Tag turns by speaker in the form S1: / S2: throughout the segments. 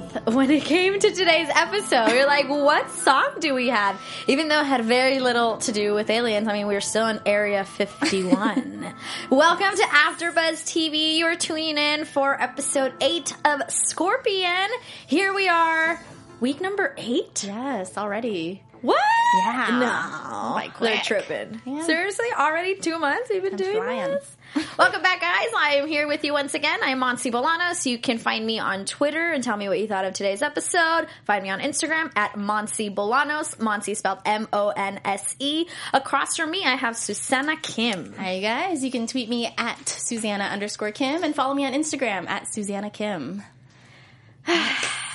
S1: when it came to today's episode. You're like, what song do we have? Even though it had very little to do with aliens, I mean, we were still in Area 51. Welcome to AfterBuzz TV. You are tuning in for episode eight of Scorpion. Here we are, week number eight.
S2: Yes, already.
S1: What?
S2: Yeah.
S1: No.
S2: Like,
S1: They're
S2: quick.
S1: tripping.
S2: Yeah.
S1: Seriously? Already two months we've been
S2: I'm
S1: doing
S2: flying.
S1: this? Welcome back, guys. I am here with you once again. I'm Monsi Bolanos. You can find me on Twitter and tell me what you thought of today's episode. Find me on Instagram at Monsi Bolanos. Monsi spelled M-O-N-S-E. E. Across from me, I have Susanna Kim.
S2: Hi, you guys. You can tweet me at Susanna underscore Kim and follow me on Instagram at Susanna Kim.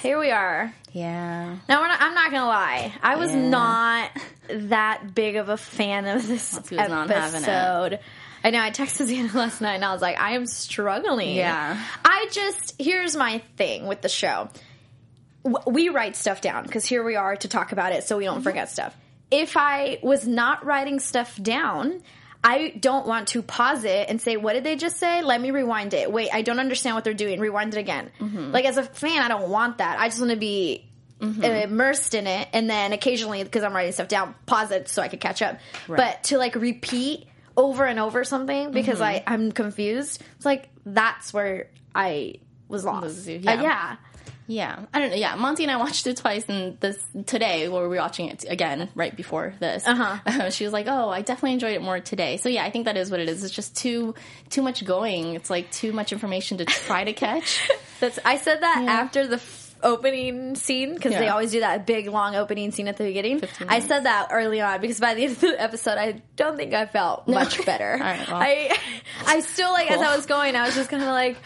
S1: Here we are.
S2: Yeah.
S1: Now, we're not, I'm not going to lie. I was
S2: Yeah.
S1: not that big of a fan of this
S2: Monsi was not having it.
S1: episode. I know. I texted Susanna last night and I was like, I am struggling.
S2: Yeah.
S1: I just, here's my thing with the show. W- We write stuff down because here we are to talk about it so we
S2: Mm-hmm.
S1: don't forget stuff. If I was not writing stuff down, I don't want to pause it and say, What did they just say? Let me rewind it. Wait, I don't understand what they're doing. Rewind it again.
S2: Mm-hmm.
S1: Like, as a fan, I don't want that. I just want to be uh, immersed in it and then occasionally because i'm writing stuff down pause it so i could catch up but to like repeat over and over something because
S2: Mm-hmm.
S1: i i'm confused it's like that's where i was lost
S2: Lose you,
S1: Uh,
S2: yeah.
S1: yeah.
S2: Yeah. I don't know. Yeah. Monty and I watched it twice and this today, well, we were watching it again right before this. Uh-huh. she was like, oh, I definitely enjoyed it more today. So yeah, I think that is what it is. It's just too, too much going. It's like too much information to try to catch.
S1: that's i said that after the f- opening scene because they
S2: Yeah.
S1: always do that big long opening scene at the beginning i said that early on because by the end of the episode i don't think i felt much better
S2: right, well.
S1: i i still like as i was going i was just kind of like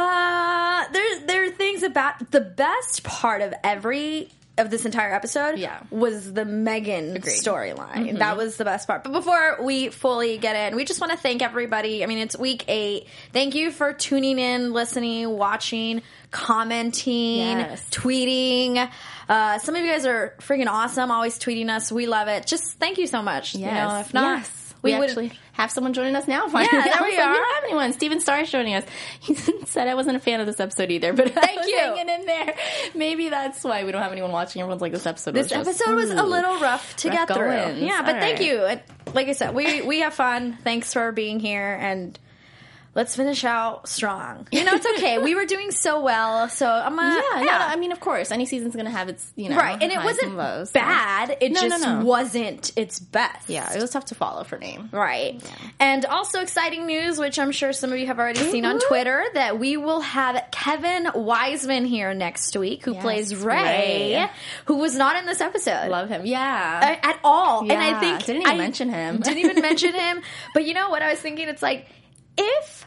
S1: uh there there are things about the best part of every of this entire episode
S2: Yeah.
S1: was the Megan
S2: Agreed. Mm-hmm.
S1: storyline. That was the best part. But before we fully get in, we just want to thank everybody. I mean, it's week eight. Thank you for tuning in, listening, watching, commenting,
S2: Yes.
S1: tweeting. Uh, some of you guys are freaking awesome, always tweeting us. We love it. Just thank you so much. You know, if not,
S2: Yes.
S1: we,
S2: we,
S1: would.
S2: actually have someone joining us now. Finally,
S1: Yeah, there
S2: I was
S1: we
S2: like,
S1: are.
S2: We don't have anyone. Steven Starr is joining us. He said I wasn't a fan of this episode either, but I
S1: Thank
S2: was
S1: you.
S2: hanging in there. Maybe that's why we don't have anyone watching. Everyone's like, this episode.
S1: this
S2: was just,
S1: episode was a
S2: ooh.
S1: little uh, rough to
S2: rough
S1: get through.
S2: goings.
S1: Yeah, but
S2: All
S1: thank
S2: right.
S1: you. And Like I said, we we have fun. Thanks for being here and let's finish out strong. You know, it's okay. we were doing so well, so I'm gonna
S2: Yeah, no, no, I mean, of course, any season's gonna have its you know
S1: right. And it
S2: highs
S1: wasn't
S2: and lows, so-
S1: bad. It
S2: No, no,
S1: just
S2: no.
S1: wasn't its best.
S2: Yeah, it was tough to follow for me.
S1: Right. And also exciting news, which I'm sure some of you have already seen on Twitter, that we will have Kevin Wiseman here next week, who
S2: Yes,
S1: plays Ray,
S2: Ray.
S1: who was not in this episode.
S2: Love him. Yeah.
S1: Uh, at all. and I
S2: Yeah,
S1: think
S2: didn't even
S1: I
S2: mention him.
S1: Didn't even mention him. But you know what I was thinking? It's like if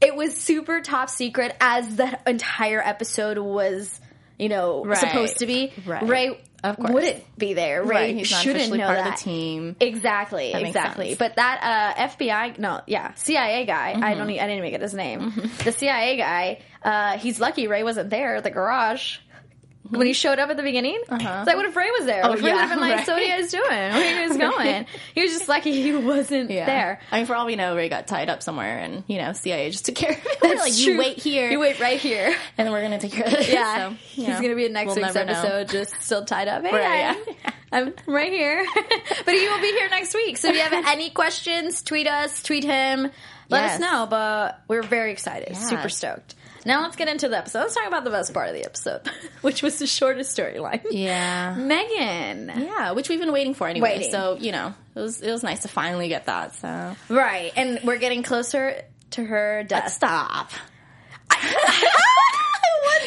S1: it was super top secret as the entire episode was, you know,
S2: Right.
S1: supposed to be.
S2: Right.
S1: Ray
S2: Of course.
S1: wouldn't be there. Ray
S2: right. He's not
S1: shouldn't
S2: officially
S1: know
S2: part
S1: that.
S2: of the team.
S1: Exactly,
S2: makes
S1: exactly.
S2: sense. Mm-hmm.
S1: But that uh, FBI, no, yeah, CIA guy. I don't, e- I didn't even get his name. The CIA guy. Uh, he's lucky Ray wasn't there at the garage when he showed up at the beginning. So I would have Ray was there. Oh, Ray
S2: Mm-hmm. Uh-huh. yeah,
S1: would have been like,
S2: right.
S1: "So what are you guys doing? Where are you guys going?" He was just lucky he wasn't there.
S2: I mean, for all we know, Ray got tied up somewhere, and you know, CIA just took care of it. They're like,
S1: It's
S2: you
S1: true.
S2: wait here,
S1: You wait right here.
S2: and then we're gonna take care of it.
S1: Yeah,
S2: so, you
S1: he's
S2: know,
S1: gonna be in next
S2: we'll
S1: week's
S2: never know.
S1: episode, just still tied up. Hey,
S2: Right,
S1: I'm,
S2: yeah.
S1: I'm right here, but he will be here next week. So if you have any questions, tweet us, tweet him, let us
S2: Yes.
S1: know. But we're very excited,
S2: Yeah.
S1: super stoked. Now let's get into the episode. Let's talk about the best part of the episode, which was the shortest storyline.
S2: Yeah,
S1: Megan.
S2: yeah, which we've been waiting for anyway.
S1: Waiting.
S2: So you know, it was it was nice to finally get that. So
S1: Right, and we're getting closer to her death.
S2: stop.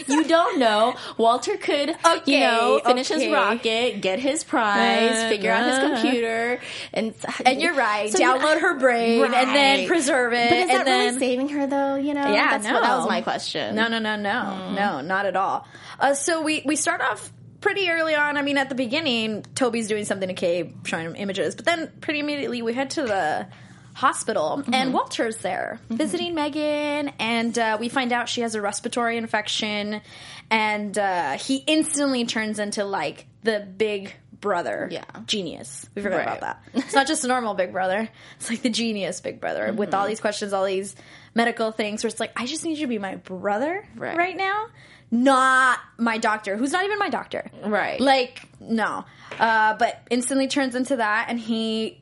S2: you don't know. Walter could, you
S1: Okay,
S2: know, finish
S1: okay.
S2: his rocket, get his prize,
S1: Uh,
S2: figure out his
S1: nah.
S2: computer, Uh-huh. and
S1: And you're right.
S2: So you-
S1: download her brain and then
S2: Right.
S1: preserve it.
S2: But is
S1: and
S2: that
S1: then
S2: really saving her though? You know,
S1: Yeah,
S2: That's what- that was
S1: no.
S2: my question. Hmm.
S1: No, no, no, no, no, not at all. Uh, so we we start off pretty early on. I mean, at the beginning, Toby's doing something to Kay, showing him images, but then pretty immediately we head to the hospital
S2: Mm-hmm.
S1: and Walter's there visiting Megan, and uh, we find out she has a respiratory infection, and uh, he instantly turns into like the big brother
S2: Yeah.
S1: genius we forgot about
S2: Right.
S1: that it's not just a normal big brother it's like the genius big brother with
S2: Mm-hmm.
S1: all these questions all these medical things where it's like i just need you to be my brother right,
S2: Right.
S1: now not my doctor who's not even my doctor
S2: Right.
S1: like no uh, but instantly turns into that and he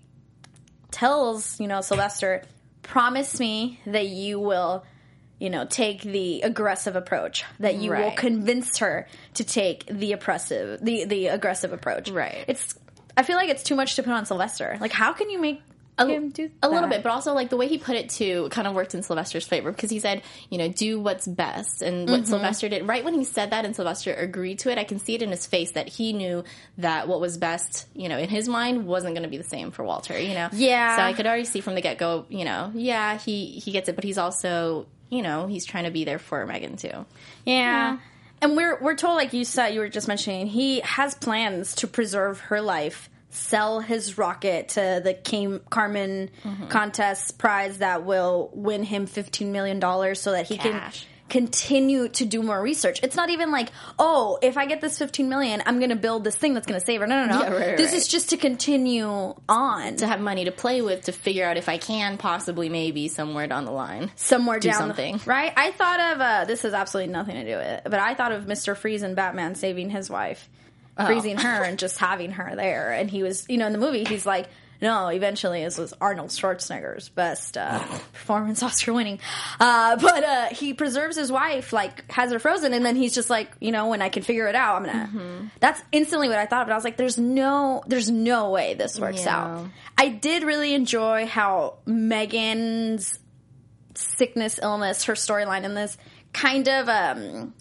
S1: tells you know sylvester promise me that you will you know take the aggressive approach that you will
S2: Right.
S1: convince her to take the oppressive the the aggressive approach
S2: Right.
S1: it's i feel like it's too much to put on sylvester like how can you make him do
S2: a little
S1: that?
S2: bit, but also like the way he put it too kind of worked in Sylvester's favor because he said, you know, do what's best, and what
S1: Mm-hmm.
S2: Sylvester did. Right when he said that, and Sylvester agreed to it, I can see it in his face that he knew that what was best, you know, in his mind wasn't going to be the same for Walter. You know,
S1: Yeah.
S2: So I could already see from the get go, you know, yeah, he he gets it, but he's also, you know, he's trying to be there for Megan too.
S1: Yeah. And we're we're told, like you said, you were just mentioning, he has plans to preserve her life, sell his rocket to the Cam- Carmen
S2: Mm-hmm.
S1: contest prize that will win him fifteen million dollars, so that he
S2: Cash.
S1: can continue to do more research. It's not even like, oh, if I get this fifteen million, I'm going to build this thing that's going to save her. No, no, no.
S2: Yeah, right,
S1: this
S2: right.
S1: is just to continue on
S2: to have money to play with to figure out if I can possibly maybe somewhere down the line.
S1: somewhere
S2: Do
S1: down the-
S2: something.
S1: right? I thought of uh, this has absolutely nothing to do with it, but I thought of Mister Freeze and Batman saving his wife,
S2: Oh.
S1: freezing her, and just having her there. And he was, you know, in the movie, he's like. No, eventually this was Arnold Schwarzenegger's best uh,
S2: Oh.
S1: performance, Oscar winning. Uh, but uh, he preserves his wife, like has her frozen, and then he's just like, you know, when I can figure it out, I'm gonna.
S2: Mm-hmm.
S1: That's instantly what I thought. But I was like, there's no, there's no way this works
S2: Yeah.
S1: out. I did really enjoy how Megan's sickness, illness, her storyline in this kind of um,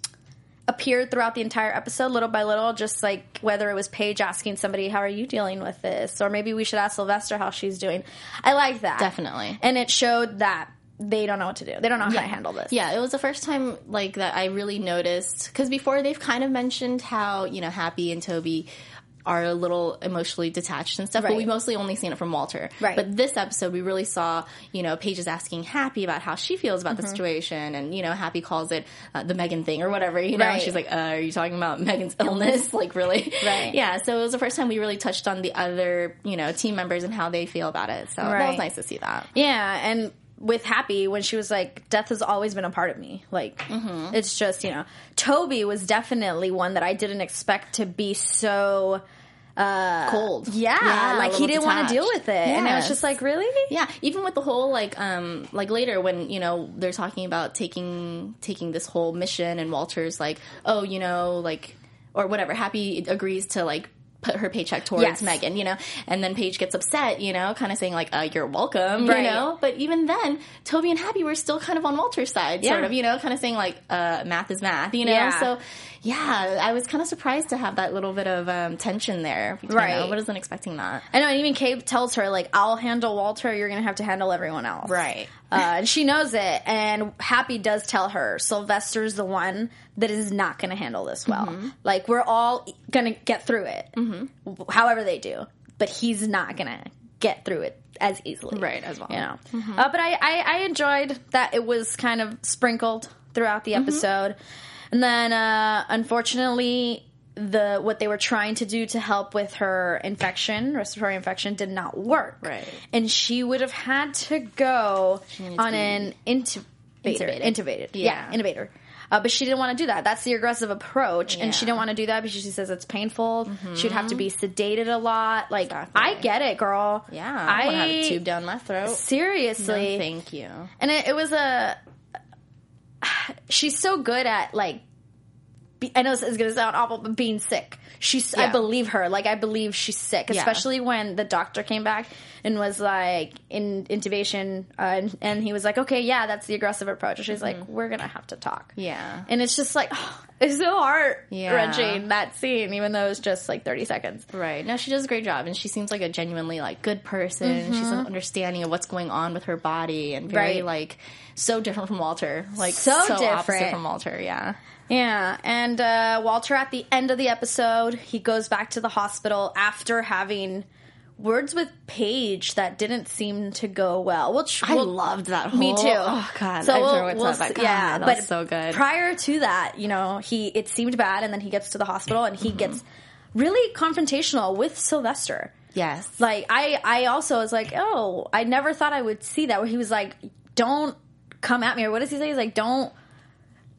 S1: appeared throughout the entire episode, little by little, just like whether it was Paige asking somebody, How are you dealing with this? Or maybe we should ask Sylvester how she's doing. I like that.
S2: Definitely.
S1: And it showed that they don't know what to do, they don't know how to handle this.
S2: Yeah, it was the first time like that I really noticed because before they've kind of mentioned how you know Happy and Toby are a little emotionally detached and stuff, but
S1: Right.
S2: we mostly only seen it from Walter.
S1: Right.
S2: But this episode, we really saw you know Paige is asking Happy about how she feels about the
S1: Mm-hmm.
S2: situation, and you know Happy calls it uh, the Megan thing or whatever. You know,
S1: Right.
S2: and she's like, uh, "Are you talking about Megan's illness? like really?
S1: Right.
S2: Yeah. So it was the first time we really touched on the other you know team members and how they feel about it. So that
S1: Right.
S2: was nice to see that.
S1: Yeah, and with Happy when she was like, "Death has always been a part of me." Like,
S2: Mm-hmm.
S1: it's just you know, Toby was definitely one that I didn't expect to be so.
S2: Cold.
S1: Uh, Yeah,
S2: a
S1: like he
S2: little
S1: didn't want to
S2: detached.
S1: deal with it, and I was
S2: Yes.
S1: just like, "Really?"
S2: Yeah, even with the whole like um like later when you know they're talking about taking taking this whole mission and Walter's like oh you know like or whatever Happy agrees to like put her paycheck towards
S1: Yes.
S2: Megan you know and then Paige gets upset you know kind of saying like uh, you're welcome
S1: Right.
S2: you know but even then Toby and Happy were still kind of on Walter's side sort
S1: Yeah.
S2: of you know kind of saying like uh, math is math you know
S1: Yeah.
S2: so yeah I was kind of surprised to have that little bit of um, tension there between uh,
S1: Right.
S2: them. I wasn't expecting that
S1: I know, and even Kate tells her, like, I'll handle Walter, you're gonna have to handle everyone else.
S2: Right.
S1: Uh, and she knows it, and Happy does tell her, Sylvester's the one that is not gonna handle this well. Like, we're all gonna get through it, mm-hmm. however they do, but he's not gonna get through it as easily.
S2: Right, as well.
S1: You know? Uh, but I, I, I enjoyed that it was kind of sprinkled throughout the episode. And then, uh, unfortunately, the what they were trying to do to help with her infection, respiratory infection, did not work.
S2: Right.
S1: and she would have had to go
S2: needed to
S1: on
S2: be
S1: an intubator.
S2: intubated.
S1: Intubated, yeah,
S2: Yeah.
S1: intubator. Uh, but she didn't want to do that. That's the aggressive approach, and she
S2: Yeah. Mm-hmm.
S1: didn't want to do that because she says it's painful. She'd have to be sedated a lot. Like I get it, girl.
S2: Yeah, I, don't have a tube down my throat.
S1: Seriously,
S2: No, thank you.
S1: and it, it was a she's so good at like be, i know this is going to sound awful but being sick she's i
S2: Yeah.
S1: believe her like i believe she's sick
S2: Yeah.
S1: especially when the doctor came back and was like in intubation uh, and, and he was like okay yeah that's the aggressive approach and she's like we're going to have to talk
S2: Mm-hmm. Yeah.
S1: and it's just like it's so heart wrenching
S2: Yeah.
S1: that scene even though it's just like 30 seconds
S2: Right. No, she does a great job, and she seems like a genuinely like good person. She's an understanding of what's going on with her body, and very
S1: Right.
S2: like so different from Walter. Like
S1: So
S2: opposite
S1: different.
S2: from Walter. Yeah.
S1: Yeah, and uh, Walter at the end of the episode, he goes back to the hospital after having words with Paige that didn't seem to go well. We'll tr-
S2: I
S1: we'll-
S2: loved that
S1: Me
S2: whole-
S1: too.
S2: oh, God, I forgot what's that,
S1: s-
S2: but God, that was so good.
S1: Prior to that, you know, he it seemed bad, and then he gets to the hospital and he gets
S2: Mm-hmm.
S1: really confrontational with Sylvester.
S2: Yes.
S1: Like I, I also was like, oh, I never thought I would see that. Where he was like, don't come at me, or what does he say? He's like, don't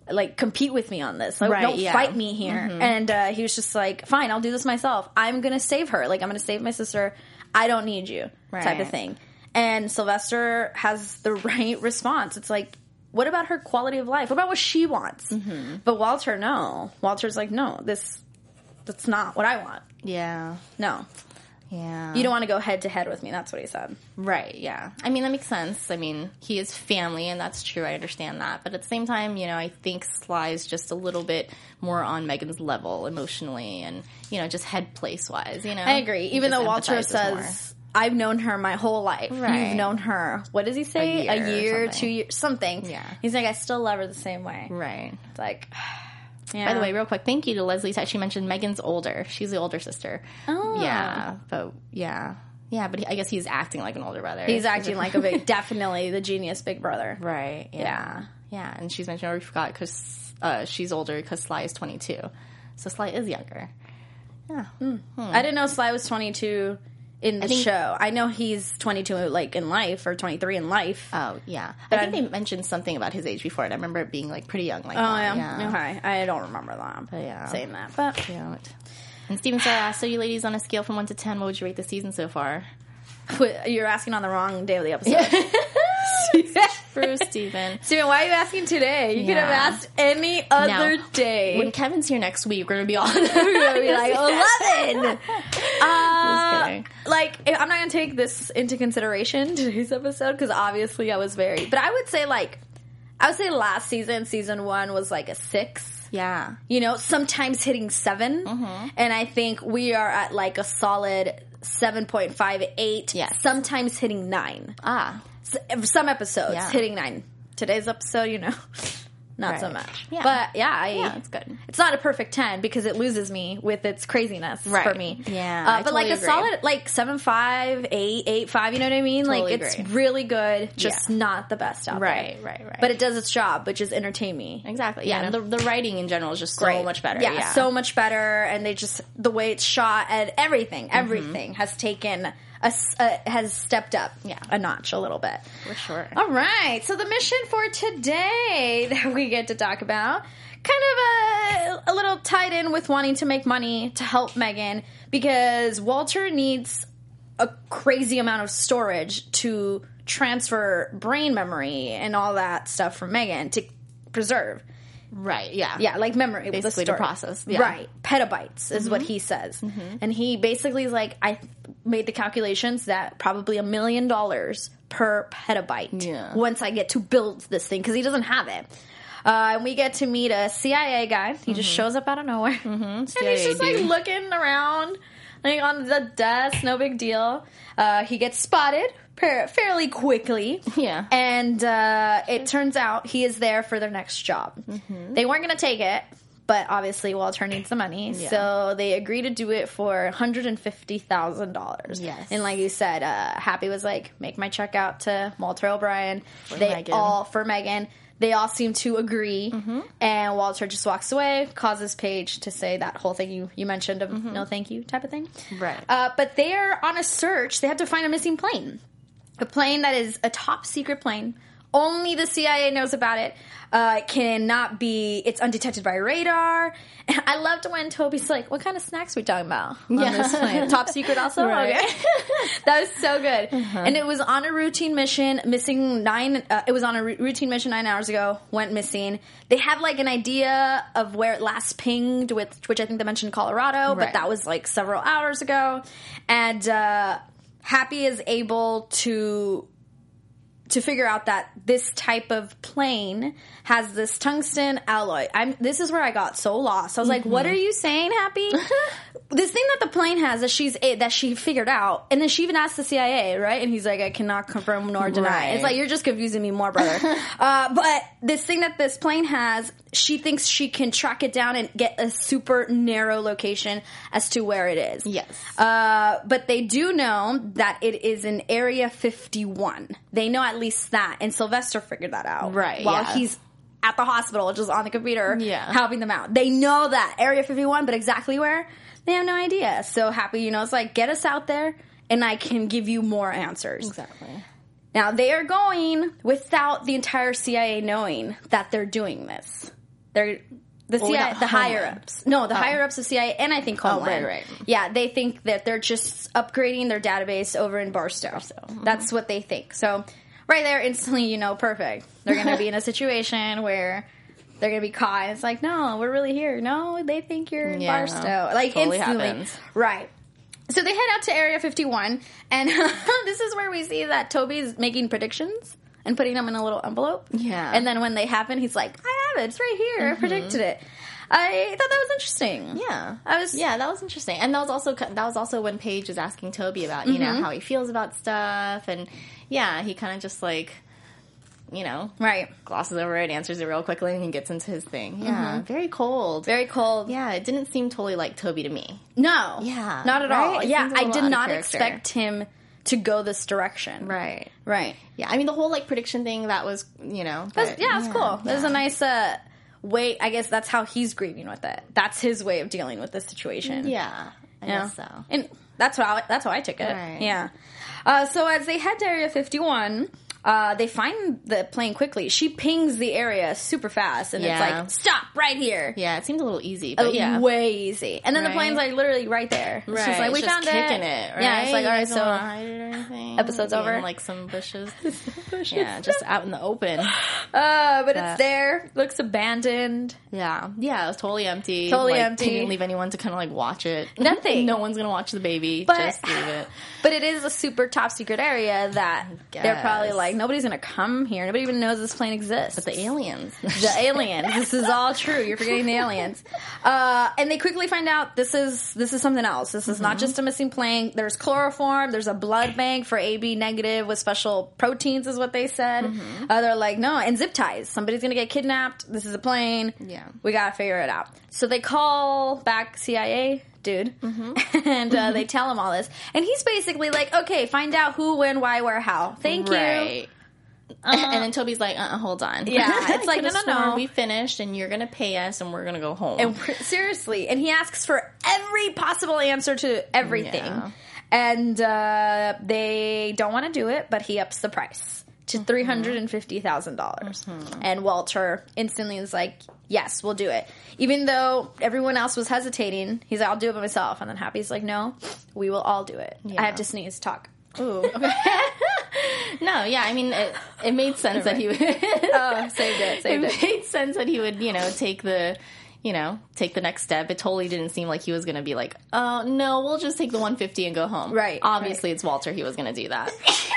S1: like compete with me on this. Like,
S2: Right,
S1: don't
S2: yeah. Mm-hmm.
S1: fight me here. And uh, he was just like, fine, I'll do this myself. I'm gonna save her. Like I'm gonna save my sister. I don't need you. Type of
S2: Right.
S1: thing. And Sylvester has the right response. It's like. What about her quality of life? What about what she wants?
S2: Mm-hmm.
S1: But Walter, no. Walter's like, no, this, that's not what I want.
S2: Yeah.
S1: No,
S2: Yeah.
S1: you don't want to go head to head with me. That's what he said.
S2: Right, yeah. I mean, that makes sense. I mean, he is family, and that's true. I understand that. But at the same time, you know, I think Sly's just a little bit more on Megan's level emotionally and, you know, just head place wise, you know?
S1: I agree.
S2: He
S1: Even
S2: just
S1: though Walter
S2: empathizes
S1: says,
S2: more.
S1: "I've known her my whole life. You've
S2: Right.
S1: known her. What does he say?
S2: A year
S1: A
S2: or
S1: year,
S2: something.
S1: two years, something."
S2: Yeah.
S1: He's like, "I still love her the same way."
S2: Right.
S1: It's like, yeah.
S2: By the way, real quick, thank you to Leslie. She mentioned Megan's older. She's the older sister.
S1: Oh.
S2: Yeah, but yeah. Yeah, but he, I guess he's acting like an older brother.
S1: he's acting like a big, definitely the genius big brother.
S2: Right. Yeah.
S1: Yeah.
S2: Yeah. And she's mentioned, oh, we forgot because uh, she's older because Sly is 22. So Sly is younger.
S1: I didn't know Sly was 22 in the
S2: think-
S1: show. Hmm. I know he's 22 like in life or 23 in life.
S2: Oh, yeah. I
S1: But-
S2: think they mentioned something about his age before, and I remember it being like pretty young. Like,
S1: oh
S2: that.
S1: yeah. Oh, Okay. I don't remember that.
S2: yeah.
S1: Saying that, but
S2: Cute. And Steven Sarah asked, so you ladies, on a scale from 1 to 10, what would you rate the season so far?
S1: you're asking on the wrong day of the episode.
S2: True, Steven.
S1: Steven, why are you asking today? You could have
S2: Yeah.
S1: asked any other
S2: Now,
S1: day.
S2: When Kevin's here next week, we're going to be on.
S1: We're gonna be like eleven.
S2: Just
S1: Uh,
S2: kidding.
S1: like if- I'm not gonna take this into consideration today's episode because obviously I was very. But I would say like I would say last season, season one was like a six.
S2: yeah.
S1: You know, sometimes hitting 7
S2: Mm-hmm.
S1: and I think we are at like a solid seven point five eight.
S2: Yes.
S1: sometimes hitting nine.
S2: Ah.
S1: S- some episodes
S2: Yeah.
S1: hitting nine. Today's episode, you know, not so
S2: Right.
S1: much.
S2: Yeah.
S1: But yeah, I,
S2: Yeah, it's good.
S1: It's not a perfect ten because it loses me with its craziness
S2: Right.
S1: for me.
S2: Yeah,
S1: uh,
S2: I
S1: but
S2: totally
S1: like a
S2: agree.
S1: solid like seven five eight eight five. You know what I mean?
S2: Totally
S1: like it's
S2: agree.
S1: really good, just
S2: Yeah.
S1: not the best out
S2: Right,
S1: there.
S2: right, right.
S1: But it does its job, which is entertain me.
S2: Exactly. Yeah. And the, the writing in general is just so
S1: Great.
S2: much better.
S1: Yeah,
S2: Yeah.
S1: so much better. And they just the way it's shot and
S2: Mm-hmm.
S1: everything, everything has taken a s- uh, has stepped up
S2: Yeah.
S1: a notch a little bit.
S2: For sure.
S1: All right. So the mission for today that we get to talk about kind of a, a little tied in with wanting to make money to help Megan because Walter needs a crazy amount of storage to transfer brain memory and all that stuff from Megan to preserve.
S2: Right. Yeah.
S1: Yeah, like memory. the
S2: Basically to
S1: storage.
S2: process, yeah. Mm-hmm.
S1: Right. Petabytes is what he says. And he basically is like, I th- made the calculations that probably a million dollars per petabyte
S2: Yeah.
S1: once I get to build this thing because he doesn't have it. Uh, and we get to meet a CIA guy. He
S2: Mm-hmm.
S1: just shows up out of nowhere. And he's
S2: CIA
S1: just like
S2: dude.
S1: looking around, like on the desk, no big deal. Uh, he gets spotted par- fairly quickly.
S2: Yeah.
S1: And uh, it turns out he is there for their next job.
S2: Mm-hmm.
S1: They weren't going to take it, but obviously Walter needs the money. So they agree to do it for $150,000.
S2: Yes.
S1: And like you said, uh, Happy was like, make my check out to Walter O'Brien. they
S2: Megan. Mm-hmm.
S1: all, for Megan. They all seem to agree, and Walter just walks away, causes Paige to say that whole thing you, you mentioned of
S2: Mm-hmm.
S1: no thank you type of thing.
S2: Right.
S1: Uh, but they're on a search. They have to find a missing plane, a plane that is a top secret plane. Only the CIA knows about it. Uh, it cannot be. It's undetected by radar. And I loved when Toby's like, "What kind of snacks we talking about on
S2: Yeah.
S1: this plane? top secret, also.
S2: Right.
S1: Okay. that was so good. And it was on a routine mission, missing nine. Uh, it was on a ru- routine mission nine hours ago. Went missing. They had like an idea of where it last pinged, with which I think they mentioned Colorado, but
S2: Right.
S1: that was like several hours ago. And uh, Happy is able to to figure out that this type of plane has this tungsten alloy. I'm this is where I got so lost. I was like,
S2: Mm-hmm.
S1: "What are you saying, Happy?" this thing that the plane has that she's it, that she figured out, and then she even asked the CIA, right? And he's like, "I cannot confirm nor deny."
S2: Right.
S1: It's like you're just confusing me more, brother. uh, but this thing that this plane has, she thinks she can track it down and get a super narrow location as to where it is.
S2: Yes.
S1: Uh, but they do know that it is in Area 51. They know at least that, and Sylvester figured that out.
S2: Right,
S1: While
S2: yeah.
S1: he's at the hospital, just on the computer,
S2: Yeah.
S1: helping them out. They know that Area 51, but exactly where, they have no idea. So Happy, you know, it's like, get us out there, and I can give you more answers.
S2: Exactly.
S1: Now, they are going without the entire CIA knowing that they're doing this. They're the CIA,
S2: without
S1: the higher
S2: Homeland. Oh.
S1: ups. No, the higher ups of CIA and I think Homeland.
S2: right, right.
S1: Yeah, they think that they're just upgrading their database over in Barstow.
S2: Mm-hmm.
S1: That's what they think. So, right there, instantly, you know, perfect. They're going to be in a situation where they're going to be caught. And it's like, no, we're really here. No, they think you're in
S2: Yeah,
S1: Barstow. Like,
S2: totally
S1: instantly.
S2: happens.
S1: Right. So they head out to Area 51, and this is where we see that Toby's making predictions and putting them in a little envelope.
S2: Yeah. Mm-hmm.
S1: And then when they happen, he's like, I have it. It's right here. I predicted it. I thought that was interesting.
S2: Yeah, Uh,
S1: I was-
S2: Yeah, that was interesting, and that was also that was also when Paige was asking Toby about you
S1: Mm-hmm.
S2: know how he feels about stuff, and yeah, he kind of just like you know
S1: Right.
S2: glosses over it, answers it real quickly, and he gets into his thing. Yeah,
S1: Mm-hmm.
S2: very cold.
S1: Very cold.
S2: yeah, it didn't seem totally like Toby to me.
S1: No.
S2: Yeah.
S1: Not at
S2: Right?
S1: all.
S2: It
S1: Yeah.
S2: seems a
S1: I
S2: little
S1: did
S2: out of
S1: not
S2: character.
S1: expect him to go this direction.
S2: Right.
S1: Right.
S2: Yeah, I mean the whole like prediction thing that was you know
S1: That's,
S2: but-
S1: yeah, that's cool. That was a nice uh, way. I guess that's how he's grieving with it. That's his way of dealing with this situation.
S2: yeah, I
S1: Yeah.
S2: guess so.
S1: And that's how I, that's how I took it.
S2: Right.
S1: Yeah. Uh, so as they head to Area 51, uh, they find the plane quickly. She pings the area super fast, and
S2: Yeah.
S1: it's like, "Stop right here!"
S2: Yeah, it seemed a little easy, but
S1: Uh,
S2: yeah,
S1: Way easy. And then the
S2: Right.
S1: plane's like literally right there. It's just
S2: Right,
S1: like we
S2: it's
S1: found
S2: just
S1: it.
S2: kicking it. Right?
S1: Yeah. It's like
S2: You
S1: all right,
S2: guys don't wanna
S1: so
S2: hide it or anything.
S1: Episode's
S2: Be in,
S1: over.
S2: Like some bushes. Yeah, just out in the open.
S1: uh, but
S2: That-
S1: it's there. Looks abandoned.
S2: Yeah, yeah, it was totally empty.
S1: Totally
S2: Like,
S1: empty.
S2: Didn't leave anyone to kind of like watch it.
S1: Nothing.
S2: no one's gonna watch the baby.
S1: But-
S2: just leave it.
S1: But it is a super top secret area that they're probably
S2: guess.
S1: like nobody's gonna come here. Nobody even knows this plane exists.
S2: But the aliens.
S1: the aliens. This is all true. You're forgetting the aliens. Uh, and they quickly find out this is this is something else. This is not
S2: Mm-hmm.
S1: just a missing plane. There's chloroform. There's a blood bank for AB negative with special proteins, is what they said.
S2: Mm-hmm.
S1: Uh, they're like, no, and zip ties. Somebody's gonna get kidnapped. This is a plane.
S2: Yeah.
S1: we gotta figure it out. So they call back CIA. Dude,
S2: Mm-hmm.
S1: and uh, they tell him all this, and he's basically like, "Okay, find out who, when, why, where, how. Thank you."
S2: Right. and then Toby's like, uh, hold on.
S1: Yeah,
S2: I
S1: "Uh-uh, it's like,
S2: could've
S1: no, no, no.
S2: sworn We finished, and you're gonna pay us, and we're gonna go home.
S1: And we're- seriously, and he asks for every possible answer to everything.
S2: Yeah.
S1: And uh, they don't want to do it, but he ups the price to $350,000. dollars And Walter instantly is like, yes, we'll do it. Even though everyone else was hesitating, he's like, I'll do it by myself. And then Happy's like, no, we will all do it. I have to sneeze, talk.
S2: Ooh, okay. no, yeah, I mean, it, it made sense that he would.
S1: Oh, saved it,
S2: it
S1: saved it.
S2: made sense that he would, you know, take the, you know, take the next step. It totally didn't seem like he was going to be like, oh no, we'll just take the 150 and go home.
S1: Right,
S2: Obviously, it's Walter. He was going to do that.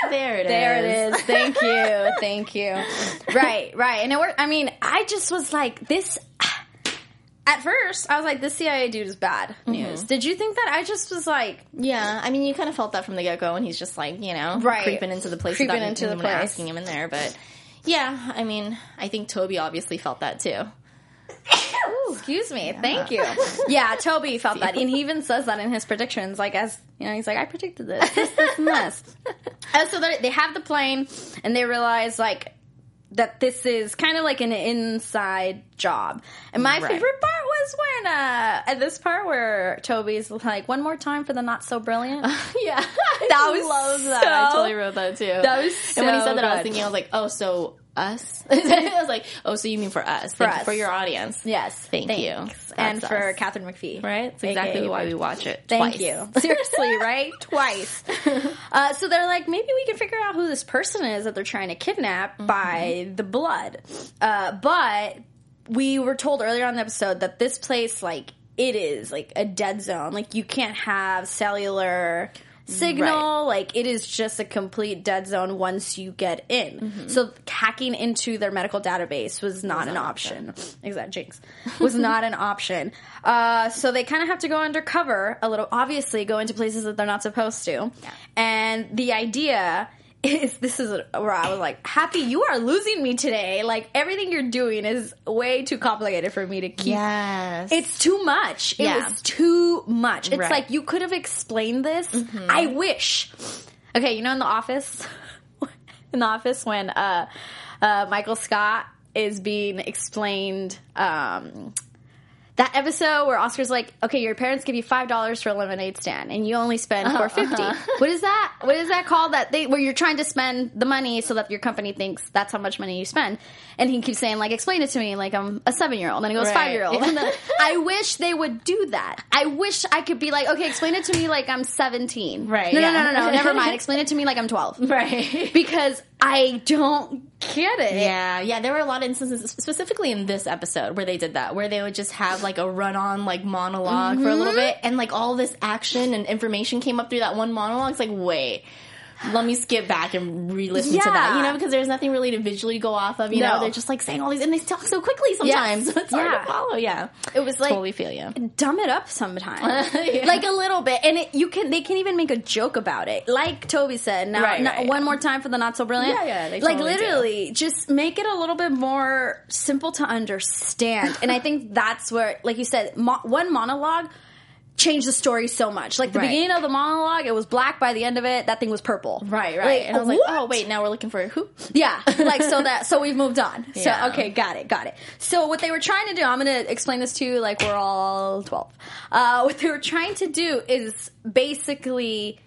S2: there it is.
S1: There it is. Thank you. Thank you. Right, right. And it worked. I mean, I just was like, this. At first, I was like, this CIA dude is bad news. Did you think that? I just was like,
S2: Yeah, I mean, you kind of felt that from the get go, and he's just like, you know,
S1: Right.
S2: creeping into the place,
S1: Creeping
S2: without
S1: into the
S2: anyone
S1: place.
S2: asking him in there. But yeah, I mean, I think Toby obviously felt that too.
S1: excuse me. Thank you. Yeah, Toby felt that. And he even says that in his predictions. Like, as, you know, he's like, I predicted Oh, this, this, this, and this. and so they they have the plane, and they realize, like, that this is kind of like an inside job. And my
S2: Right.
S1: favorite part was when uh, at this part where Toby's like, "One more time for the not so brilliant."
S2: Yeah,
S1: That
S2: I
S1: was
S2: love that. I
S1: so-
S2: totally wrote that too.
S1: That was
S2: and when he
S1: so
S2: said that, I was
S1: good.
S2: thinking, I was like, oh, so us. I was like, oh, so you mean for us? For
S1: us.
S2: for your audience.
S1: yes,
S2: Thank you.
S1: thanks. and
S2: That's
S1: for
S2: us.
S1: Catherine McPhee,
S2: Right. That's
S1: AKA
S2: exactly why we watch it.
S1: Thank
S2: twice.
S1: you. Seriously, right? Twice. Uh, so they're like, maybe we can figure out who this person is that they're trying to kidnap by the blood. Uh, but we were told earlier on the episode that this place, like, it is like a dead zone. Like, you can't have cellular signal. Like, it is just a complete dead zone once you get in. So, hacking into their medical database Mm-hmm. was not an option. Exact jinx was not an option. Uh, so they kind of have to go undercover a little. Obviously, go into places that they're not supposed to. And the idea is this is where I was like, Happy, you are losing me today. Like everything you're doing is way too complicated for me to keep.
S2: Yes.
S1: It's too much. It
S2: Yeah.
S1: was too much. It's
S2: Right.
S1: like you could have explained this. I wish. Mm-hmm. Okay, you know in the office in the office when uh uh Michael Scott is being explained um that episode where Oscar's like, "Okay, your parents give you five dollars for a lemonade stand, and you only spend
S2: Uh-huh,
S1: four fifty. What is that? What is that called? That they where you're trying to spend the money so that your company thinks that's how much money you spend." And he keeps saying, "Like, explain it to me. Like, I'm a seven year old." And then he goes,
S2: Right.
S1: five year old." I wish they would do that. I wish I could be like, "Okay, explain it to me like I'm 17."
S2: Right,
S1: No,
S2: yeah.
S1: no, no, no, no. Never mind. Explain it to me like I'm 12.
S2: right.
S1: Because I don't get it.
S2: Yeah, yeah. There were a lot of instances, specifically in this episode, where they did that, where they would just have like a run-on like monolog for a little bit, and like all this action and information came up through that one monologue. It's like, wait. Let me skip back and re-listen to that,
S1: Yeah.
S2: you know, because there's nothing really to visually go off of. You know,
S1: No.
S2: they're just like saying all these, and they talk so quickly sometimes.
S1: Yes.
S2: It's hard
S1: Yeah.
S2: to follow. Yeah,
S1: It was like
S2: totally feel you.
S1: dumb it up sometimes.
S2: Yeah.
S1: Like a little bit. And it, you can they can even make a joke about it. Like Toby said, now
S2: Right,
S1: no-
S2: right.
S1: one more time for the not so brilliant.
S2: Yeah, yeah, they
S1: like
S2: totally do.
S1: literally just make it a little bit more simple to understand. and I think that's where like you said mo- one monologue changed the story so much. Like the
S2: Right.
S1: beginning of the monologue, it was black by the end of it, that thing was purple.
S2: Right, right.
S1: Like,
S2: and I was like,
S1: what?
S2: oh wait, now we're looking for who?
S1: Yeah, like so that so we've moved on. So
S2: Yeah.
S1: okay, got it, got it. So what they were trying to do, I'm going to explain this to you like we're all 12. Uh, what they were trying to do is basically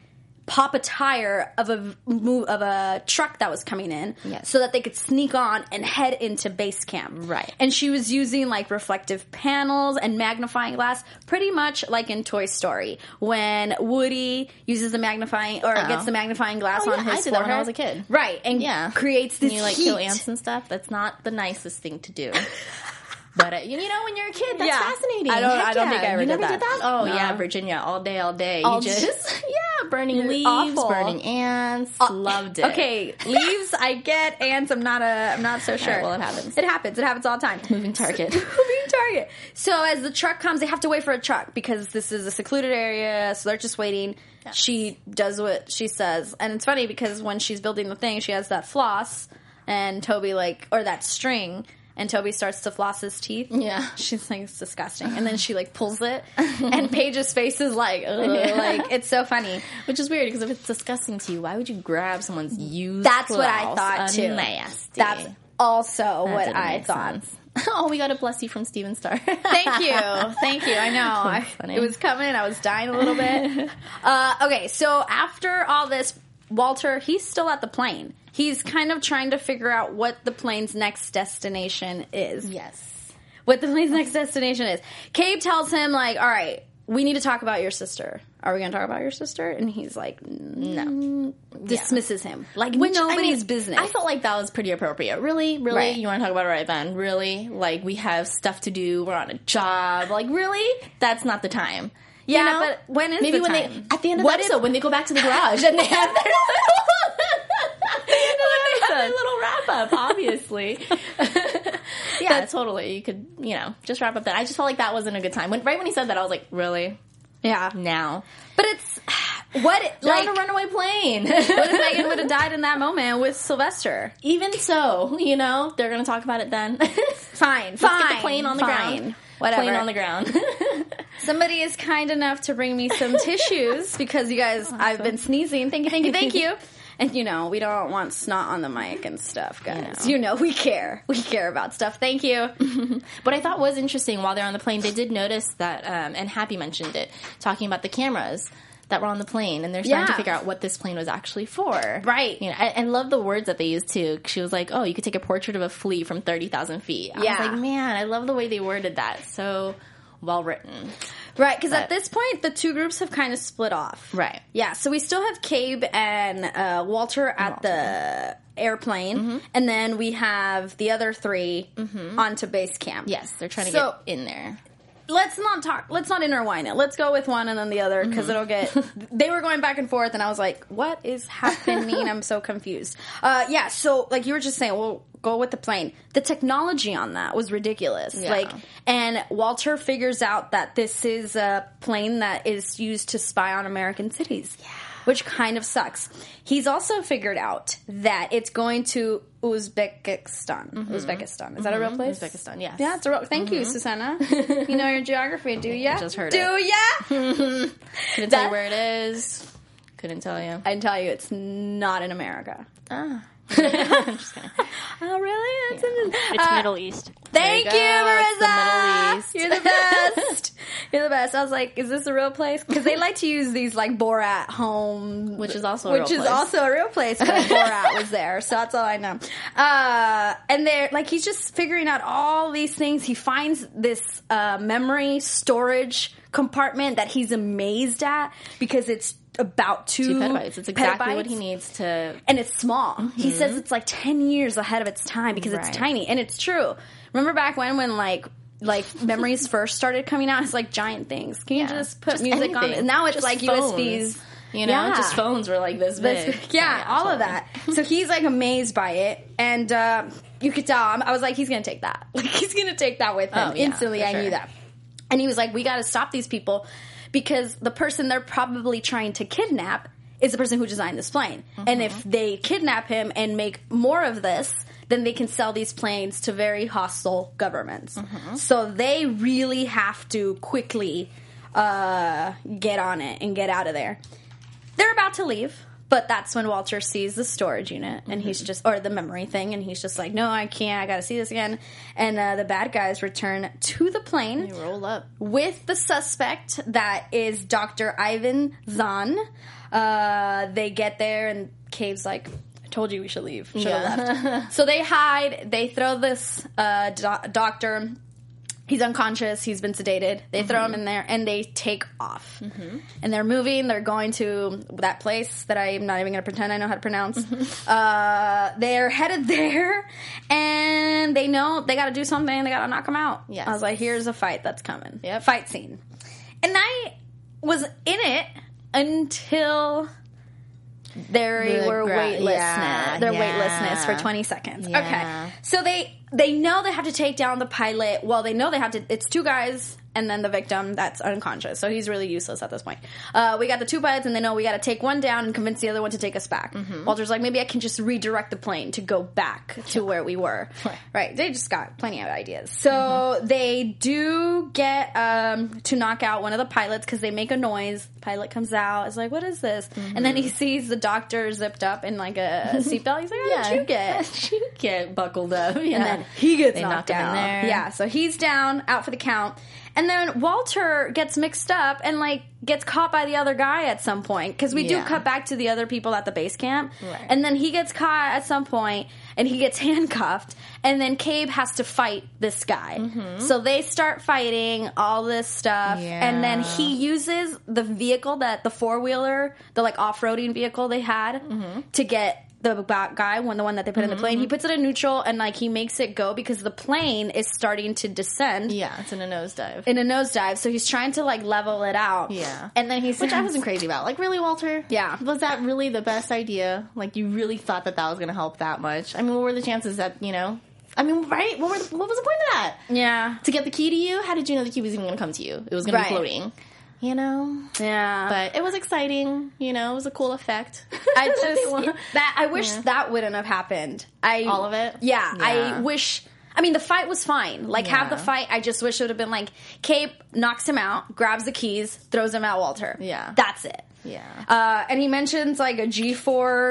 S1: pop a tire of a move of a truck that was coming in
S2: Yes.
S1: so that they could sneak on and head into base camp.
S2: Right.
S1: And she was using like reflective panels and magnifying glass pretty much like in Toy Story when Woody uses the magnifying or
S2: Oh.
S1: gets the magnifying glass
S2: Oh,
S1: on
S2: yeah,
S1: his
S2: I did that when I
S1: forehead.
S2: was a kid.
S1: Right. And
S2: yeah
S1: creates this
S2: and you like
S1: heat.
S2: kill ants and stuff that's not the nicest thing to do but uh, you, you know when you're a kid that's
S1: Yeah.
S2: fascinating
S1: I don't-
S2: Heck
S1: I don't
S2: yeah.
S1: think I ever
S2: you
S1: did
S2: never
S1: that.
S2: did that oh
S1: No.
S2: yeah virginia all day all day
S1: All
S2: you just yeah burning leaves
S1: awful. Uh,
S2: burning ants loved it
S1: Okay, leaves I get, ants I'm not a I'm not so sure.
S2: right, well, it happens.
S1: It happens. It happens all the time.
S2: moving target
S1: Moving target. So as the truck comes, they have to wait for a truck because this is a secluded area. So they're just waiting. She does what she says, and it's funny because when she's building the thing, she has that floss and Toby like or that string. And Toby starts to floss his teeth.
S2: Yeah.
S1: she's like, "It's disgusting." And then she like pulls it, and Paige's face is like, Ugh, like it's so funny.
S2: which is weird because if it's disgusting to you why would you grab someone's used
S1: Mm. That's what I
S2: blouse?
S1: thought too.
S2: Nasty.
S1: That's also what
S2: didn't
S1: I
S2: make
S1: thought.
S2: sense. oh we got a bless you from steven star
S1: Thank you, thank you. I know I,
S2: funny.
S1: it was coming. I was dying a little bit. uh, okay, so after all this, Walter he's still at the plane. He's kind of trying to figure out what the plane's next destination is.
S2: yes
S1: What the plane's next destination is. Cave tells him like, "All right, we need to talk about your sister. Are we going to talk about your sister?" And he's like, "No." Dismisses him like nobody's business.
S2: I felt like that was pretty appropriate. Really, really,
S1: Right.
S2: you want to talk about it right then? Really, like we have stuff to do. We're on a job. Like really, that's not the time. You
S1: Yeah,
S2: know?
S1: but when is
S2: maybe
S1: the
S2: when
S1: time?
S2: they at the end of
S1: What
S2: the
S1: if-
S2: episode when they go back to the garage and they have their when they have their little wrap up? Obviously, yeah, totally. You could you know just wrap up that. I just felt like that wasn't a good time. When, right when he said that, I was like, really
S1: yeah,
S2: now?
S1: but it's what
S2: Like,
S1: like
S2: on a runaway plane.
S1: What if Megan would have died in that moment with Sylvester?
S2: Even so, you know they're gonna talk about it then.
S1: Fine, fine.
S2: Let's get the plane on the
S1: fine.
S2: ground.
S1: Whatever.
S2: Plane on the ground.
S1: Somebody is kind enough to bring me some tissues because you guys, I've been sneezing. Thank you, thank you, thank you. And you know, we don't want snot on the mic and stuff, guys. You know, we care. We care about stuff. Thank you.
S2: What I thought was interesting while they're on the plane, they did notice that, um, and Happy mentioned it, talking about the cameras that were on the plane, and they're trying to
S1: Yeah.
S2: figure out what this plane was actually for.
S1: Right.
S2: You know, I, and love the words that they used too. She was like, "Oh, you could take a portrait of a flea from thirty thousand feet." I
S1: Yeah.
S2: was like, man, I love the way they worded that. So well written.
S1: Right, because at
S2: But-
S1: this point, the two groups have kind of split off.
S2: Right.
S1: Yeah, so we still have Cabe and uh, Walter at the airplane, and then we have the other 3 onto base camp.
S2: Yes, they're trying to
S1: So-
S2: get in there.
S1: Let's not talk, let's not intertwine it. Let's go with one and then the other,
S2: Mm-hmm.
S1: because it'll get. they were going back and forth, and I was like, what is happening? I'm so confused. Uh, yeah, so like you were just saying, we'll go with the plane. The technology on that was ridiculous.
S2: Yeah.
S1: Like, and Walter figures out that this is a plane that is used to spy on American cities, which kind of sucks. He's also figured out that it's going to Uzbekistan. Uzbekistan. Is that a real place?
S2: Mm-hmm. Uzbekistan, yes.
S1: Yeah, it's a real. Thank you, Susanna. you know your geography, do ya?
S2: just heard
S1: do
S2: it.
S1: ya?
S2: Couldn't tell
S1: That-
S2: you where it is. Couldn't tell you.
S1: I can tell you, it's not in America. Ah. Oh, really? It's in.
S3: It's Middle East.
S1: Thank you,
S2: There you go.
S1: Marissa.
S2: It's the Middle East.
S1: You're the best. You're the best. I was like, is this a real place? Because they like to use these like Borat home,
S2: Which is also a
S1: which
S2: real
S1: is
S2: place.
S1: also a real place. But Borat was there, so that's all I know. Uh, and they're like, he's just figuring out all these things. He finds this uh, memory storage compartment that he's amazed at because it's about two,
S2: Two petabytes. It's exactly what
S1: petabytes
S2: he needs to
S1: and it's small. He says it's like ten years ahead of its time because
S2: Right.
S1: it's tiny, and it's true. Remember back when, when like like memories first started coming out, it's like giant things. Can you
S2: Yeah.
S1: just put
S2: Just
S1: music on?
S2: anything.
S1: it? Now it's
S2: Just
S1: like
S2: phones.
S1: USBs.
S2: You know,
S1: Yeah.
S2: just phones were like this
S1: That's-
S2: big.
S1: yeah, all of that. so he's like amazed by it, and uh, you could tell. I'm, I was like, he's gonna take that. Like he's gonna take that with him
S2: Oh, yeah,
S1: instantly.
S2: for
S1: I knew
S2: sure.
S1: that, and he was like, we got to stop these people because the person they're probably trying to kidnap is the person who designed this plane, and if
S2: Mm-hmm.
S1: they kidnap him and make more of this. Then they can sell these planes to very hostile governments.
S2: Mm-hmm.
S1: So they really have to quickly uh, get on it and get out of there they're about to leave but that's when walter sees the storage unit and he's just or the memory thing and he's just like no i can't i gotta see this again and uh, the bad guys return to the plane
S2: Roll up.
S1: with the suspect that is dr ivan zahn uh, they get there and cave's like i told you we should leave should have left so they hide they throw this uh, do- doctor he's unconscious he's been sedated they throw him in there and they take off and they're moving they're going to that place that i'm not even going to pretend i know how to pronounce uh, they're headed there and they know they got to do something they got to knock him out
S2: Yes.
S1: i was like here's a fight that's coming
S2: Yep.
S1: fight scene and i was in it until they
S2: The
S1: were
S2: gra-
S1: weightlessness.
S2: yeah,
S1: their
S2: yeah.
S1: weightlessness for twenty seconds.
S2: Yeah.
S1: Okay, so they they know they have to take down the pilot. Well, they know they have to. It's two guys and then the victim that's unconscious. So he's really useless at this point. Uh, we got the two pilots, and they know we got to take one down and convince the other one to take us back. Walter's like, maybe I can just redirect the plane to go back to where we were. Right. They just got plenty of ideas. So they do get um, to knock out one of the pilots because they make a noise. Pilot comes out. It's like, what is this? And then he sees the doctor zipped up in like a seatbelt. He's like, how did you get?
S2: you get buckled up. Yeah.
S1: and then he gets
S2: They
S1: knocked
S2: knocked him in
S1: out.
S2: there.
S1: Yeah, so he's down, out for the count. And then Walter gets mixed up and like gets caught by the other guy at some point because we
S2: Yeah.
S1: do cut back to the other people at the base camp,
S2: Right.
S1: and then he gets caught at some point and he gets handcuffed, and then Cabe has to fight this guy.
S2: Mm-hmm.
S1: So they start fighting all this stuff, and then
S2: Yeah.
S1: he uses the vehicle that the four wheeler, the like off roading vehicle they had,
S2: Mm-hmm.
S1: to get the ba- guy, one the one that they put in the plane. He puts it in neutral and like he makes it go because the plane is starting to descend
S2: yeah, it's in a nosedive.
S1: in a nosedive. So he's trying to like level it out.
S2: Yeah.
S1: and then he's
S2: which I wasn't crazy about. Like, really, Walter?
S1: Yeah.
S2: Was that really the best idea? Like, you really thought that that was going to help that much? I mean, what were the chances that you know? I mean, right? What were the, what was the point of that?
S1: Yeah,
S2: To get the key to you? How did you know the key was even going to come to you? It was going
S1: Right.
S2: to be floating. You know,
S1: yeah.
S2: but it was exciting. You know, it was a cool effect.
S1: I
S2: That they
S1: just
S2: want.
S1: that I wish that wouldn't have happened. I
S2: All of it?
S1: Yeah, I
S2: Yeah.
S1: wish. I mean, the fight was fine. Like, have the
S2: Yeah.
S1: fight. I just wish it would have been like Cape knocks him out, grabs the keys, throws him at Walter.
S2: Yeah.
S1: that's it.
S2: Yeah.
S1: Uh, and he mentions like a G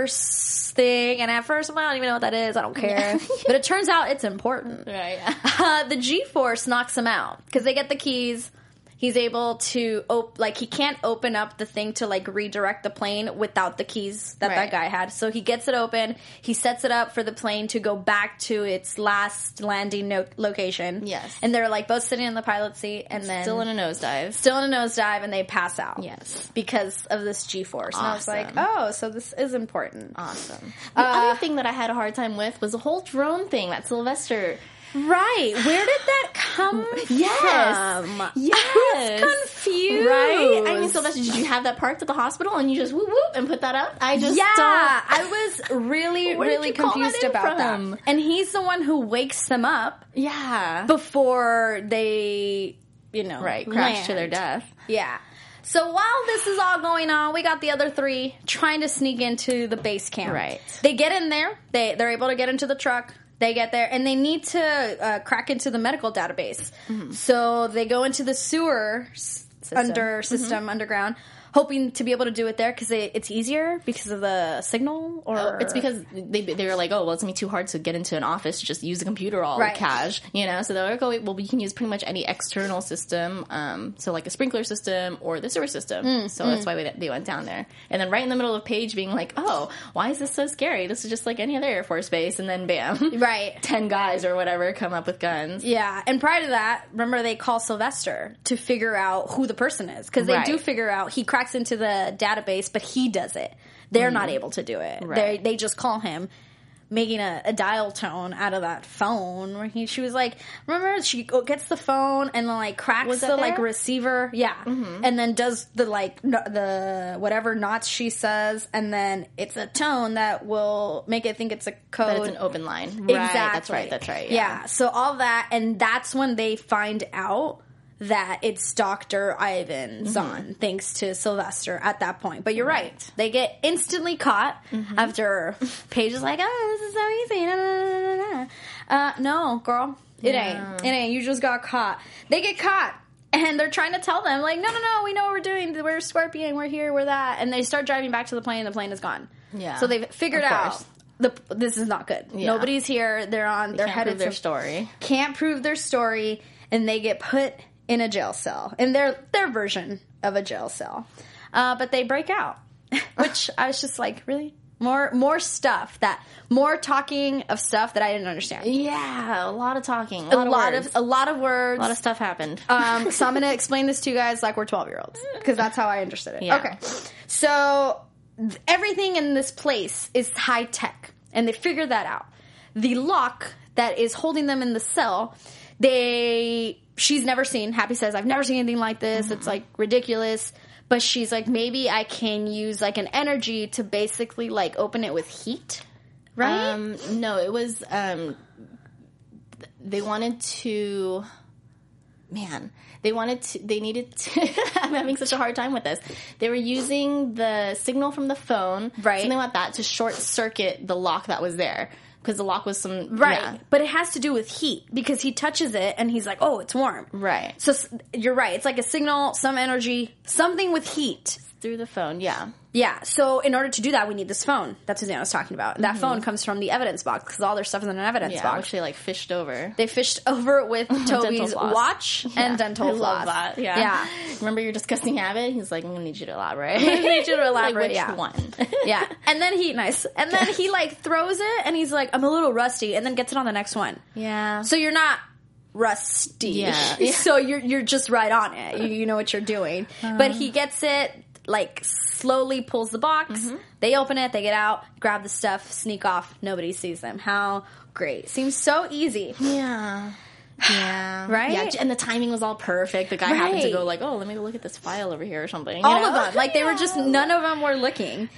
S1: force thing, and at first I'm like, I don't even know what that is. I don't care. but it turns out it's important.
S2: Right.
S1: Uh, the G force knocks him out because they get the keys. He's able to op- like he can't open up the thing to like redirect the plane without the keys that that
S2: Right.
S1: guy had. So he gets it open. He sets it up for the plane to go back to its last landing no- location.
S2: Yes.
S1: and they're like both sitting in the pilot seat, and then
S2: Still in a nosedive.
S1: still in a nosedive and they pass out.
S2: Yes.
S1: Because of this G force. And I was like,
S2: Awesome.
S1: oh, so this is important.
S2: Awesome. The
S1: Uh,
S2: other thing that I had a hard time with was the whole drone thing that Sylvester.
S1: Right. Where did that come
S2: Yes.
S1: from?
S2: Yes.
S1: I was confused.
S2: Right? I mean, Sylvester, did you have that parked at the hospital and you just whoop whoop and put that up? I just
S1: yeah,
S2: don't.
S1: I was really,
S2: Where did
S1: really
S2: you call that
S1: confused
S2: in
S1: about
S2: from?
S1: that. And he's the one who wakes them up
S2: Yeah.
S1: before they, you know,
S2: right. Crash to their
S1: land.
S2: death.
S1: Yeah. So while this is all going on, we got the other three trying to sneak into the base camp.
S2: Right.
S1: They get in there. They they're able to get into the truck. They get there and they need to uh, crack into the medical database.
S2: Mm-hmm.
S1: So they go into the sewer s-
S2: Mm-hmm.
S1: under system underground, hoping to be able to do it there because it's easier because of the signal. Or
S2: Oh, it's because they they were like, oh well, it's gonna be too hard to get into an office. Just use a computer all
S1: Right.
S2: cash, you know. So they're like, oh wait, well we can use pretty much any external system, um, so like a sprinkler system or the sewer system. so that's why we, they went down there. And then right in the middle of Paige being like, oh, why is this so scary? This is just like any other Air Force base. And then bam,
S1: right.
S2: ten guys or whatever come up with guns.
S1: Yeah, and prior to that, remember they call Sylvester to figure out who the person is because they
S2: Right.
S1: do figure out he cracks into the database, but he does it. They're not able to do it. They
S2: Mm-hmm. Right.
S1: they just call him, making a, a dial tone out of that phone. Where he she was like, remember she go- gets the phone and then like cracks
S2: Was
S1: the
S2: that
S1: like
S2: there? Mm-hmm.
S1: receiver, yeah, and then does the like no, the whatever knots she says, and then it's a tone that will make it think it's a code.
S2: That it's an open line. Right.
S1: Exactly.
S2: That's right. That's right.
S1: Yeah. So all that, and that's when they find out that it's Doctor Ivan
S2: Mm-hmm.
S1: Zahn, thanks to Sylvester at that point. But you're right. They get instantly caught
S2: Mm-hmm.
S1: after Paige is like, "Oh, this is so easy." da, da, da, da, da." Uh, no, girl, it ain't. It ain't. You just got caught. They get caught. And they're trying to tell them, like, no, no, no, we know what we're doing. We're Scorpion, we're here, we're that. And they start driving back to the plane, and the plane is gone.
S2: Yeah.
S1: So they've figured
S2: Of
S1: out
S2: course.
S1: the, this is not good.
S2: Yeah.
S1: Nobody's here. They're on. They're
S2: Can't
S1: headed
S2: prove their
S1: to-
S2: story.
S1: Can't prove their story, and they get put in a jail cell in their their version of a jail cell. Uh, but they break out, which I was just like, really more more stuff that more talking of stuff that I didn't understand.
S2: Yeah, a lot of talking, a
S1: A
S2: lot,
S1: lot,
S2: of,
S1: of,
S2: words.
S1: a lot of words.
S2: a lot of stuff happened.
S1: Um, so I'm gonna explain this to you guys like we're 12 year olds because that's how I understood it.
S2: Yeah.
S1: Okay, so th- everything in this place is high tech, and they figure that out. The lock that is holding them in the cell, they she's never seen. Happy says, "I've never seen anything like this. It's like ridiculous." But she's like, maybe I can use like an energy to basically like open it with heat, right?
S2: Um, no, it was. Um, th- they wanted to. Man, they wanted to. They needed to. I'm having such a hard time with this. They were using the signal from the phone,
S1: Right.
S2: Something like that to short circuit the lock that was there because the lock was some
S1: Right.
S2: yeah.
S1: But it has to do with heat because he touches it and he's like, oh, it's warm.
S2: Right.
S1: So s- you're right. It's like a signal, some energy, something with heat.
S2: through the phone. Yeah,
S1: Yeah. So in order to do that, we need this phone. That's what I was talking about. That phone comes from the evidence box because all their stuff is in an evidence
S2: Mm-hmm. yeah.
S1: box.
S2: Actually, like fished over.
S1: they fished over it with Toby's
S2: floss.
S1: watch and dental
S2: I
S1: floss.
S2: love that. Yeah.
S1: Yeah.
S2: Remember your disgusting habit? He's like, I'm gonna need you to elaborate.
S1: I need you to
S2: Like,
S1: elaborate.
S2: which
S1: yeah.
S2: one?
S1: yeah. And then he nice. And then he like throws it and he's like, I'm a little rusty, and then gets it on the next one.
S2: yeah.
S1: So you're not rusty.
S2: Yeah.
S1: so you're you're just right on it. You, you know what you're doing. but
S2: Uh.
S1: he gets it like slowly pulls the box.
S2: Mm-hmm.
S1: They open it, they get out, grab the stuff, sneak off. Nobody sees them. How great. Seems so easy.
S2: Yeah. Yeah.
S1: Right?
S2: Yeah, j- and the timing was all perfect. The guy happened to
S1: Right.
S2: go like, "Oh, let me look at this file over here or something." you
S1: All
S2: know?
S1: of them. Like they were just none of them were looking.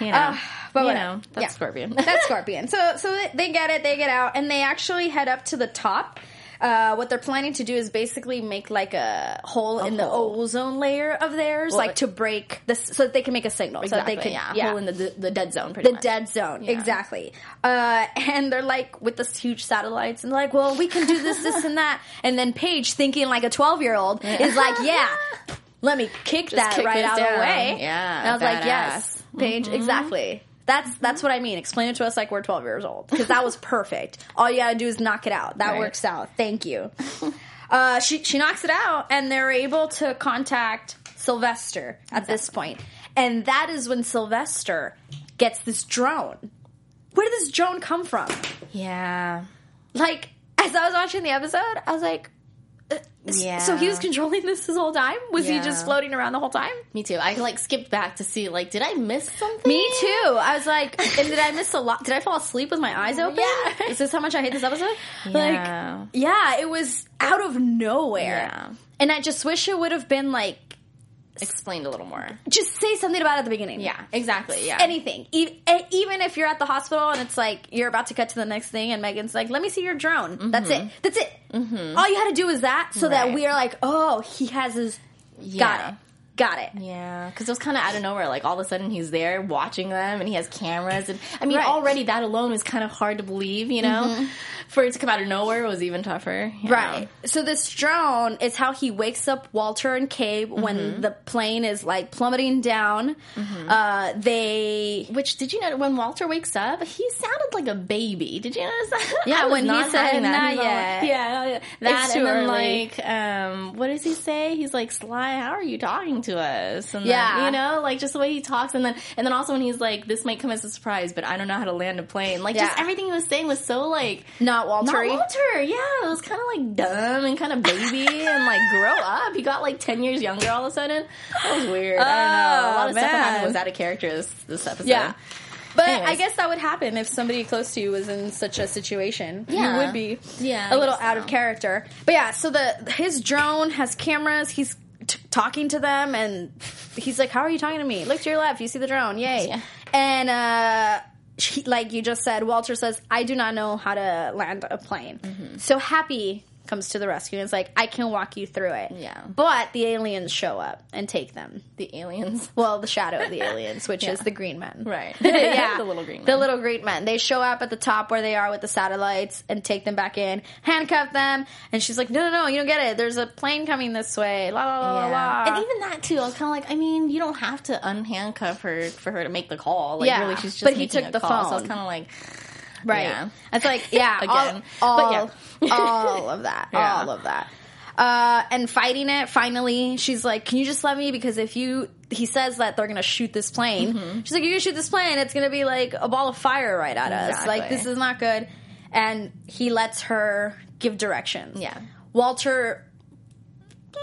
S2: you know.
S1: Uh, but
S2: you
S1: whatever.
S2: know, that's
S1: Yeah.
S2: Scorpion.
S1: That's Scorpion. So so they- they get it, they get out, and they actually head up to the top. Uh, what they're planning to do is basically make like a hole in the
S2: hole.
S1: ozone layer of theirs,
S2: Well,
S1: like to break this, so that they can make a signal,
S2: exactly.
S1: so that they can,
S2: yeah. Hole in the, the the dead zone pretty
S1: the
S2: much.
S1: dead zone exactly uh, and they're like with this huge satellites and they're like well we can do this this and that and then paige thinking like a 12 year old is like yeah let me kick that
S2: kick
S1: right
S2: this
S1: out of the
S2: down.
S1: way.
S2: Yeah,
S1: And I was like,
S2: badass. Mm-hmm.
S1: yes, Paige, exactly. That's that's what I mean. Explain it to us like we're 12 years old because that was perfect. All you gotta do is knock it out. That
S2: Right.
S1: works out. Thank you. uh, she she knocks it out, and they're able to contact Sylvester at this point, and that is when Sylvester gets this drone. Where did this drone come from?
S2: Yeah.
S1: Like, as I was watching the episode, I was like. uh, s-
S2: Yeah.
S1: So he was controlling this this whole time? Was he
S2: Yeah.
S1: just floating around the whole time?
S2: Me too. I like skipped back to see like, did I miss something?
S1: Me too. I was like, and did I miss a lot? Did I fall asleep with my eyes open?
S2: Yeah.
S1: Is this how much I hate this episode?
S2: Yeah.
S1: Like, yeah, it was out of nowhere.
S2: Yeah.
S1: And I just wish it would have been like,
S2: Explained a little more.
S1: just say something about it at the beginning.
S2: Yeah. Exactly. Yeah.
S1: Anything. E- e- even if you're at the hospital and it's like, you're about to cut to the next thing and Megan's like, let me see your drone. That's it. That's it. All you had to do is that so that
S2: Mm-hmm. Right.
S1: we are like, oh, he has his, got
S2: Yeah.
S1: it. Got it.
S2: Yeah, because it was kind of out of nowhere. Like all of a sudden, he's there watching them, and he has cameras. And I mean,
S1: Right. Mm-hmm.
S2: already that alone was kind of hard to believe. You know, for it to come out of nowhere was even tougher. you
S1: Right. So this drone is how he wakes up Walter and Cabe when the plane is like plummeting down. Uh, they
S2: know. Which did you know when Walter wakes up, he sounded like a baby. Did you notice that?
S1: Yeah,
S2: I was
S1: when he said,
S2: having
S1: "Not
S2: He's all like-
S1: yet."
S2: yeah, yeah, that
S1: It's
S2: and
S1: too
S2: then
S1: early.
S2: like, um, what does he say? He's like, Sly, how are you talking to us? And then,
S1: Yeah.
S2: you know, like just the way he talks, and then and then also when he's like, this might come as a surprise, but I don't know how to land a plane. Like just
S1: Yeah.
S2: everything he was saying was so like.
S1: not Walter.
S2: Not Walter, yeah. It was kind of like dumb and kind of baby and like grow up. He got like 10 years younger all of a sudden. That was weird. I don't know. A lot of stuff that
S1: Oh, man.
S2: happened was out of character this, this episode.
S1: Yeah. But I
S2: Anyways.
S1: guess that would happen if somebody close to you was in such a situation.
S2: Yeah.
S1: You would be
S2: Yeah, I
S1: a little
S2: guess
S1: out of
S2: so.
S1: character. But yeah, so the his drone has cameras. He's t- talking to them and he's like, "How are you talking to me? Look to your left. You see the drone. Yay."
S2: Yeah.
S1: And uh she, like you just said, Walter says, "I do not know how to land a plane."
S2: Mm-hmm.
S1: So happy comes to the rescue and is like, "I can walk you through it."
S2: Yeah.
S1: But the aliens show up and take them.
S2: The aliens.
S1: Well, the shadow of the aliens, which is the green men.
S2: Right.
S1: yeah.
S2: the little green
S1: The
S2: men.
S1: little green men. They show up at the top where they are with the satellites and take them back in, handcuff them, and she's like, No, no, no, you don't get it. There's a plane coming this way. La la la la
S2: Yeah.
S1: la.
S2: And even that too, I was kind of like, I mean, you don't have to unhandcuff her for her to make the call. Like,
S1: Yeah.
S2: really, she's just
S1: But he
S2: making
S1: took
S2: a
S1: the
S2: call. So I was
S1: phone.
S2: kind of like,
S1: Right.
S2: Yeah.
S1: It's like, yeah,
S2: Again.
S1: all, all,
S2: But
S1: all of that,
S2: Yeah.
S1: all of that. Uh, and fighting it, finally, she's like, can you just let me? Because if you, he says that they're going to shoot this plane.
S2: Mm-hmm.
S1: She's like, if you shoot this plane, it's going to be like a ball of fire right at us. Like,
S2: Exactly.
S1: this is not good. And he lets her give directions.
S2: Yeah.
S1: Walter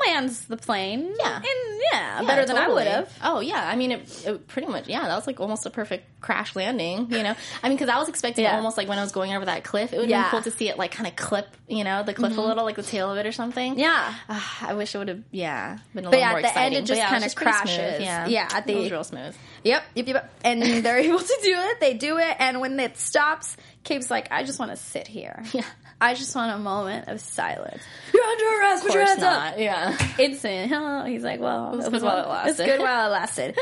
S1: lands the plane.
S2: Yeah.
S1: And yeah, better than I
S2: totally.
S1: would have.
S2: Oh yeah, I mean, it, it pretty much. Yeah, that was like almost a perfect crash landing. You know, I mean, because I was expecting
S1: Yeah.
S2: almost like when I was going over that cliff, it would have
S1: Yeah. Mm-hmm.
S2: been cool to see it like kind of clip. You know, the cliff a little, like the tail of it or something.
S1: Yeah.
S2: Ah, I wish it would have. Yeah, been a
S1: But
S2: little
S1: yeah,
S2: more
S1: at the end,
S2: exciting.
S1: it
S2: But
S1: just
S2: yeah,
S1: kinda
S2: was pretty smooth.
S1: crashes.
S2: Yeah,
S1: Yeah, at
S2: it
S1: the-
S2: was real smooth.
S1: Yep, yep, yep. And they're able to do it. They do it, and when it stops, Cape's like, "I just want to sit here.
S2: Yeah.
S1: I just want a moment of silence. You're under arrest. Put your
S2: Of course
S1: hands up.
S2: not. Yeah.
S1: Instant. Huh? He's like, "Well, it was,
S2: good while it
S1: It's
S2: lasted.
S1: good while it lasted."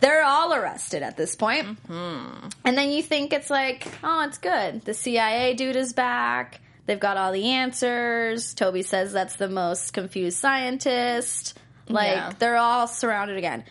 S1: They're all arrested at this point,
S2: Mm-hmm.
S1: and then you think it's like, "Oh, it's good. The CIA dude is back." They've got all the answers. Toby says that's the most confused scientist. Like
S2: Yeah.
S1: they're all surrounded again.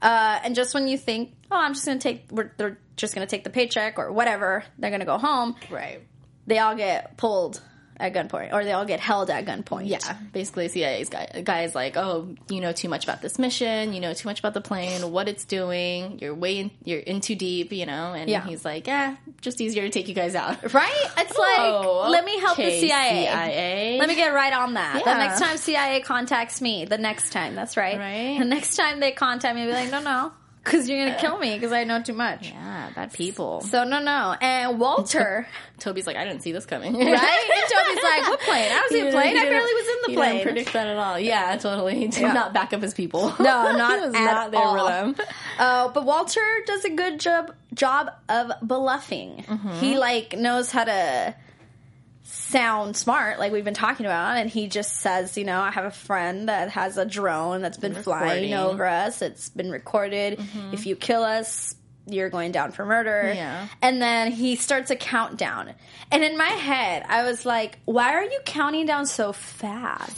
S1: Uh, and just when you think, oh, I'm just gonna take, we're, they're just gonna take the paycheck or whatever, they're gonna go home.
S2: Right.
S1: They all get pulled at gunpoint, or they all get held at gunpoint.
S2: Yeah, basically, CIA's guy, guy's like, "Oh, you know too much about this mission. You know too much about the plane, what it's doing. You're way, in, you're in too deep, you know." And
S1: Yeah.
S2: he's like, "Yeah, just easier to take you guys out."
S1: right. It's like,
S2: Oh,
S1: let me help
S2: okay,
S1: the CIA.
S2: CIA.
S1: Let me get right on that. The
S2: Yeah.
S1: next time CIA contacts me, the next time, that's right.
S2: Right.
S1: The next time they contact me, be like, no, no, because you're gonna kill me because I know too much.
S2: Yeah, bad people.
S1: So no, no. And Walter.
S2: Toby's like, "I didn't see this coming."
S1: right? And Toby's like, what plane? I was in
S2: He
S1: a plane. I
S2: didn't-
S1: barely was in
S2: he
S1: the plane.
S2: Didn't predict that at all. Yeah, totally. He did
S1: Yeah.
S2: not back up his people.
S1: No, not
S2: he was
S1: at
S2: not there
S1: all.
S2: for them.
S1: Uh, but Walter does a good job job of bluffing.
S2: Mm-hmm.
S1: He like knows how to sound smart, like we've been talking about, and he just says, you know, I have a friend that has a drone that's been flying
S2: Recording. Mm-hmm.
S1: over us. It's been recorded. If you kill us, you're going down for murder.
S2: Yeah.
S1: And then he starts a countdown. And in my head, I was like, why are you counting down so fast?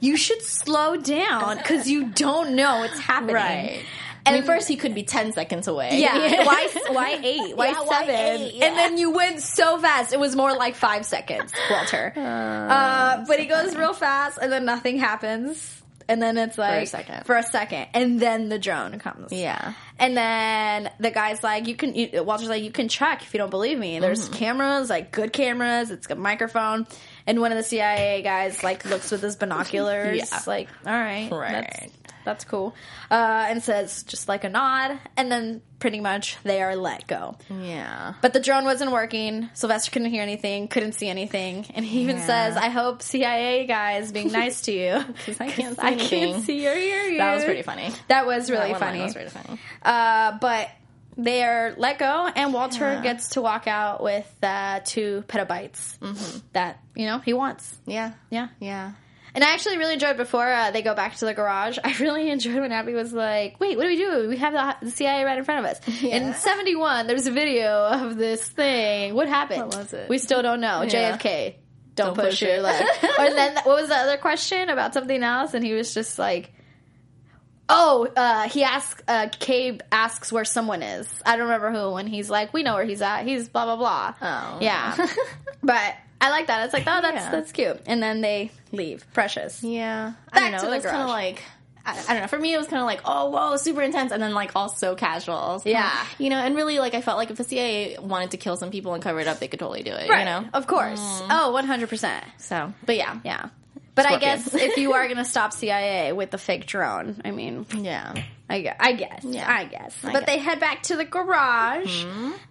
S1: you should slow down because you don't know what's happening.
S2: Right.
S1: And
S2: I mean, first he could be ten seconds away.
S1: yeah, why why eight? Why
S2: Yeah, why
S1: seven?
S2: eight? Yeah.
S1: And then you went so fast; it was more like five seconds, Walter.
S2: Um,
S1: Uh, but he goes real fast, and then nothing happens. And then it's like
S2: second.
S1: for a second, and then the drone comes.
S2: Yeah.
S1: and then the guy's like, "You can." You, Walter's like, "You can check if you don't believe me." There's
S2: Mm-hmm.
S1: cameras, like good cameras. It's a microphone, and one of the CIA guys like looks with his binoculars.
S2: Yeah.
S1: like all right,
S2: Right.
S1: that's- that's cool. Uh, and says just like a nod, and then pretty much they are let go.
S2: yeah.
S1: But the drone wasn't working. Sylvester couldn't hear anything, couldn't see anything, and he even
S2: Yeah.
S1: says, "I hope CIA guys being nice to you because
S2: I can't see
S1: I can't
S2: anything."
S1: see or hear you."
S2: That was pretty funny.
S1: That was
S2: That
S1: really
S2: one line
S1: funny.
S2: was really funny.
S1: Uh, but they are let go, and Walter
S2: Yeah.
S1: gets to walk out with uh, two petabytes
S2: Mm-hmm.
S1: that you know he wants.
S2: Yeah.
S1: Yeah,
S2: Yeah.
S1: and I actually really enjoyed before uh, they go back to the garage. I really enjoyed when Abby was like, "Wait, what do we do? We have the, the CIA right in front of us." In '71, there's a video of this thing. What happened?
S2: What was it?
S1: We still don't know.
S2: Yeah.
S1: JFK. Don't,
S2: Don't
S1: push,
S2: push
S1: your
S2: it.
S1: luck. and then what was the other question about something else? And he was just like, "Oh, uh, he asks. Uh, Cabe asks where someone is. I don't remember who. And he's like, "We know where he's at. He's blah blah blah."
S2: Oh.
S1: yeah. but I like that. It's like, oh, that's
S2: Yeah.
S1: that's cute. And then they leave. Precious.
S2: Yeah. I
S1: Back
S2: don't
S1: to
S2: know.
S1: the
S2: It was kind of
S1: garage.
S2: like. I, I don't know. For me, it was kind of like, oh, whoa, super intense, and then like all so casual. It was kinda-
S1: Yeah.
S2: you know, and really, like, I felt like if the CIA wanted to kill some people and cover it up, they could totally do it. You know, Mm.
S1: Of course. Oh, 100%.
S2: so. But yeah,
S1: Yeah. But I
S2: Scorpion.
S1: guess if you are going to stop CIA with the fake drone, I mean,
S2: yeah.
S1: I guess. I guess.
S2: Yeah.
S1: I guess.
S2: I
S1: but
S2: guess. Mm-hmm.
S1: they head back to the garage,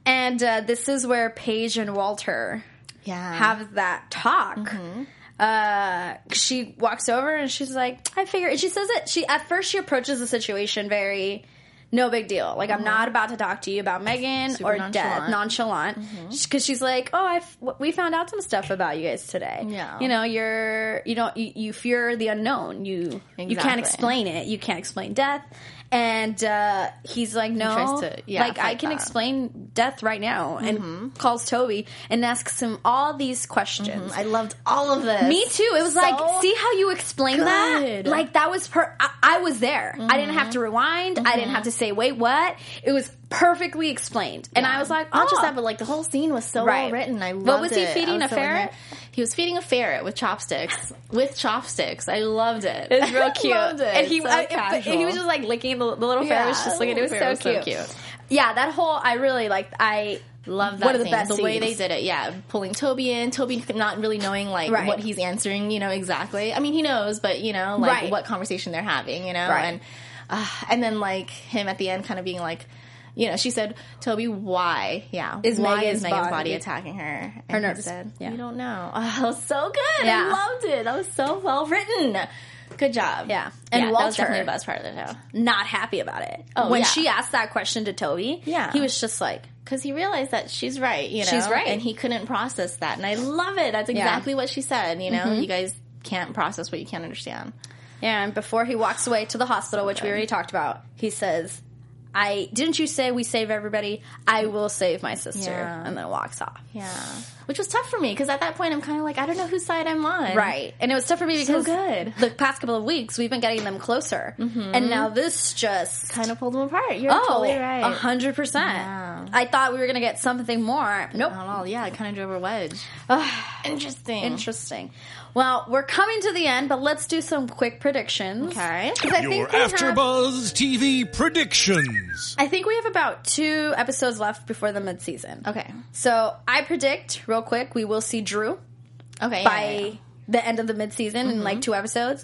S1: and uh, this is where Paige and Walter
S2: Yeah.
S1: have that talk.
S2: Mm-hmm.
S1: Uh, she walks over and she's like, I figure, and she says it, she, at first she approaches the situation very, no big deal. Like, I'm not about to talk to you about Megan
S2: Uh-huh. Super
S1: or death,
S2: nonchalant. Mm-hmm.
S1: nonchalant. Because she's like, oh, I, f- we found out some stuff about you guys today.
S2: Yeah.
S1: You know, you're, you don't, you, you fear the unknown. You, you can't
S2: Exactly.
S1: explain it. You can't explain death. And, uh, he's like, no,
S2: tries to- yeah,
S1: like I
S2: fight
S1: can
S2: that.
S1: explain death right now, and
S2: Mm-hmm.
S1: calls Toby and asks him all these questions.
S2: Mm-hmm. I loved all of this.
S1: Me too. It was like, see how you explain that?
S2: good. Mm-hmm.
S1: Like that was per. I, I was there. I didn't have to rewind. I didn't have to say, wait, what? It was perfectly explained, and I was like, oh,
S2: Not just that, but like the whole scene was so
S1: Right.
S2: well written. I loved
S1: What was he
S2: it. I
S1: feeding, a
S2: so in there.
S1: ferret?
S2: He was feeding a ferret with chopsticks. with chopsticks, I loved it.
S1: It's real cute.
S2: loved it.
S1: And he
S2: So
S1: I- it-
S2: casual.
S1: he was just like licking the, the little
S2: Yeah,
S1: ferret was just looking. It was
S2: the
S1: so
S2: little
S1: cute.
S2: ferret was so cute.
S1: Yeah, that whole I really like. I
S2: Love that
S1: One of the
S2: scene.
S1: best
S2: the way they
S1: scenes.
S2: did it. Yeah, pulling Toby in, Toby not really knowing like
S1: Right.
S2: what he's answering. You know exactly. I mean, he knows, but you know, like
S1: Right.
S2: what conversation they're having. You know,
S1: Right.
S2: and uh, and then like him at the end, kind of being like. You know, she said, "Toby, why? Yeah,
S1: Is
S2: why
S1: Megan's
S2: is Megan's body,
S1: body-
S2: attacking her?" And he
S1: nervous-
S2: said,
S1: yeah.
S2: "You don't know." Oh, that was so good.
S1: Yeah.
S2: I loved it. That was so well written. Good job.
S1: Yeah. And
S2: that was
S1: Walter-
S2: definitely the best part of the show
S1: not happy about it.
S2: Oh,
S1: when
S2: yeah.
S1: she asked that question to Toby,
S2: Yeah.
S1: he was just like,
S2: because he realized that she's right. You know,
S1: She's right.
S2: and he couldn't process that. And I love it. That's exactly what she said. You know,
S1: Mm-hmm.
S2: you guys can't process what you can't understand.
S1: And before he walks away to the hospital, which we already talked about, he says, I didn't you say we save everybody? I will save my sister.
S2: Yeah.
S1: And then walks off.
S2: Yeah, which was tough for me because at that point I'm kind of like I don't know whose side I'm on.
S1: Right. And it was tough for me because
S2: good.
S1: the past couple of weeks we've been getting them closer. And now this just
S2: kind of pulled them apart. You're
S1: Oh,
S2: totally right.
S1: a hundred
S2: Yeah.
S1: percent. I thought we were gonna get something more. Nope.
S2: Not at all. Yeah, it kind of drove a wedge. Interesting.
S1: Interesting. Well, we're coming to the end, but let's do some quick predictions.
S2: Okay.
S1: 'Cause I
S4: Your
S1: think we have-
S4: AfterBuzz TV predictions.
S1: I think we have about two episodes left before the mid season.
S2: Okay.
S1: So I predict, real quick, we will see Drew
S2: Okay.
S1: by
S2: yeah, yeah, yeah.
S1: the end of the mid season in like two episodes.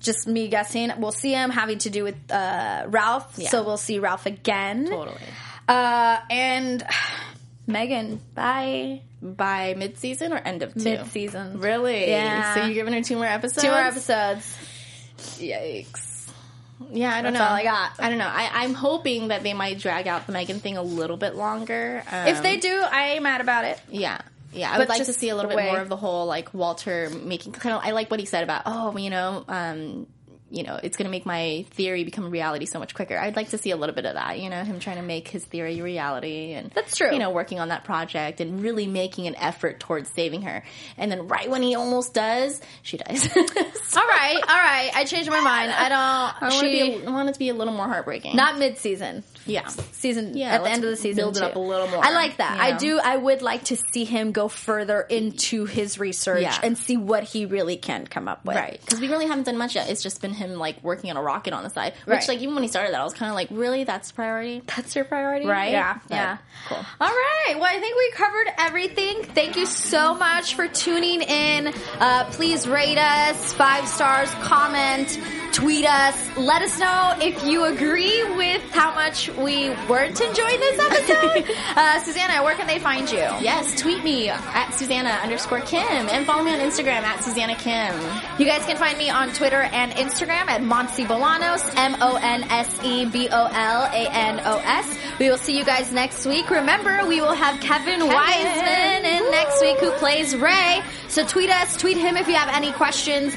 S1: Just me guessing. We'll see him having to do with uh, Ralph, so we'll see Ralph again.
S2: totally
S1: Uh, and Megan, bye.
S2: by mid season or end of two?
S1: Mid season.
S2: Really?
S1: Yeah.
S2: So you're giving her two more episodes?
S1: Two more episodes.
S2: Yikes. Yeah, I don't
S1: That's
S2: know.
S1: all I got.
S2: I don't know. I, I'm hoping that they might drag out the Megan thing a little bit longer. Um,
S1: if they do, I ain't mad about it.
S2: yeah. Yeah, I
S1: But
S2: would like to
S1: just
S2: see a little
S1: the
S2: bit
S1: way-
S2: more of the whole like Walter making kind of. I like what he said about oh, you know, um, you know, it's going to make my theory become reality so much quicker. I'd like to see a little bit of that, you know, him trying to make his theory reality and
S1: That's true.
S2: You know, working on that project and really making an effort towards saving her. And then right when he almost does, she dies.
S1: all right, all right. I changed my mind. I don't.
S2: I want,
S1: she,
S2: to be, I want it to be a little more heartbreaking.
S1: not mid season.
S2: yeah.
S1: Season
S2: Yeah,
S1: at the
S2: let's
S1: end of the season,
S2: build it
S1: too.
S2: up a little more,
S1: I like that.
S2: you
S1: I
S2: know?
S1: do. I would like to see him go further into his research
S2: Yeah.
S1: and see what he really can come up with.
S2: Right, because we really haven't done much yet. It's just been him like working on a rocket on the side. Which,
S1: Right.
S2: like, even when he started that, I was kind of like, "Really, that's priority?"
S1: That's your priority,
S2: Right?
S1: Yeah,
S2: But,
S1: yeah.
S2: cool.
S1: All right. Well, I think we covered everything. Thank you so much for tuning in. Uh, please rate us five stars, comment, tweet us. Let us know if you agree with how much we weren't enjoying this episode. uh, Susanna, where can they find you?
S2: Yes, tweet me at Susanna underscore Kim and follow me on Instagram at Susanna Kim.
S1: You guys can find me on Twitter and Instagram at Monsi Bolanos, E M-O-N-S-E-B-O-L-A-N-O-S. We will see you guys next week. Remember, we will have Kevin, Wiseman in next week who plays Ray. So tweet us, tweet him if you have any questions.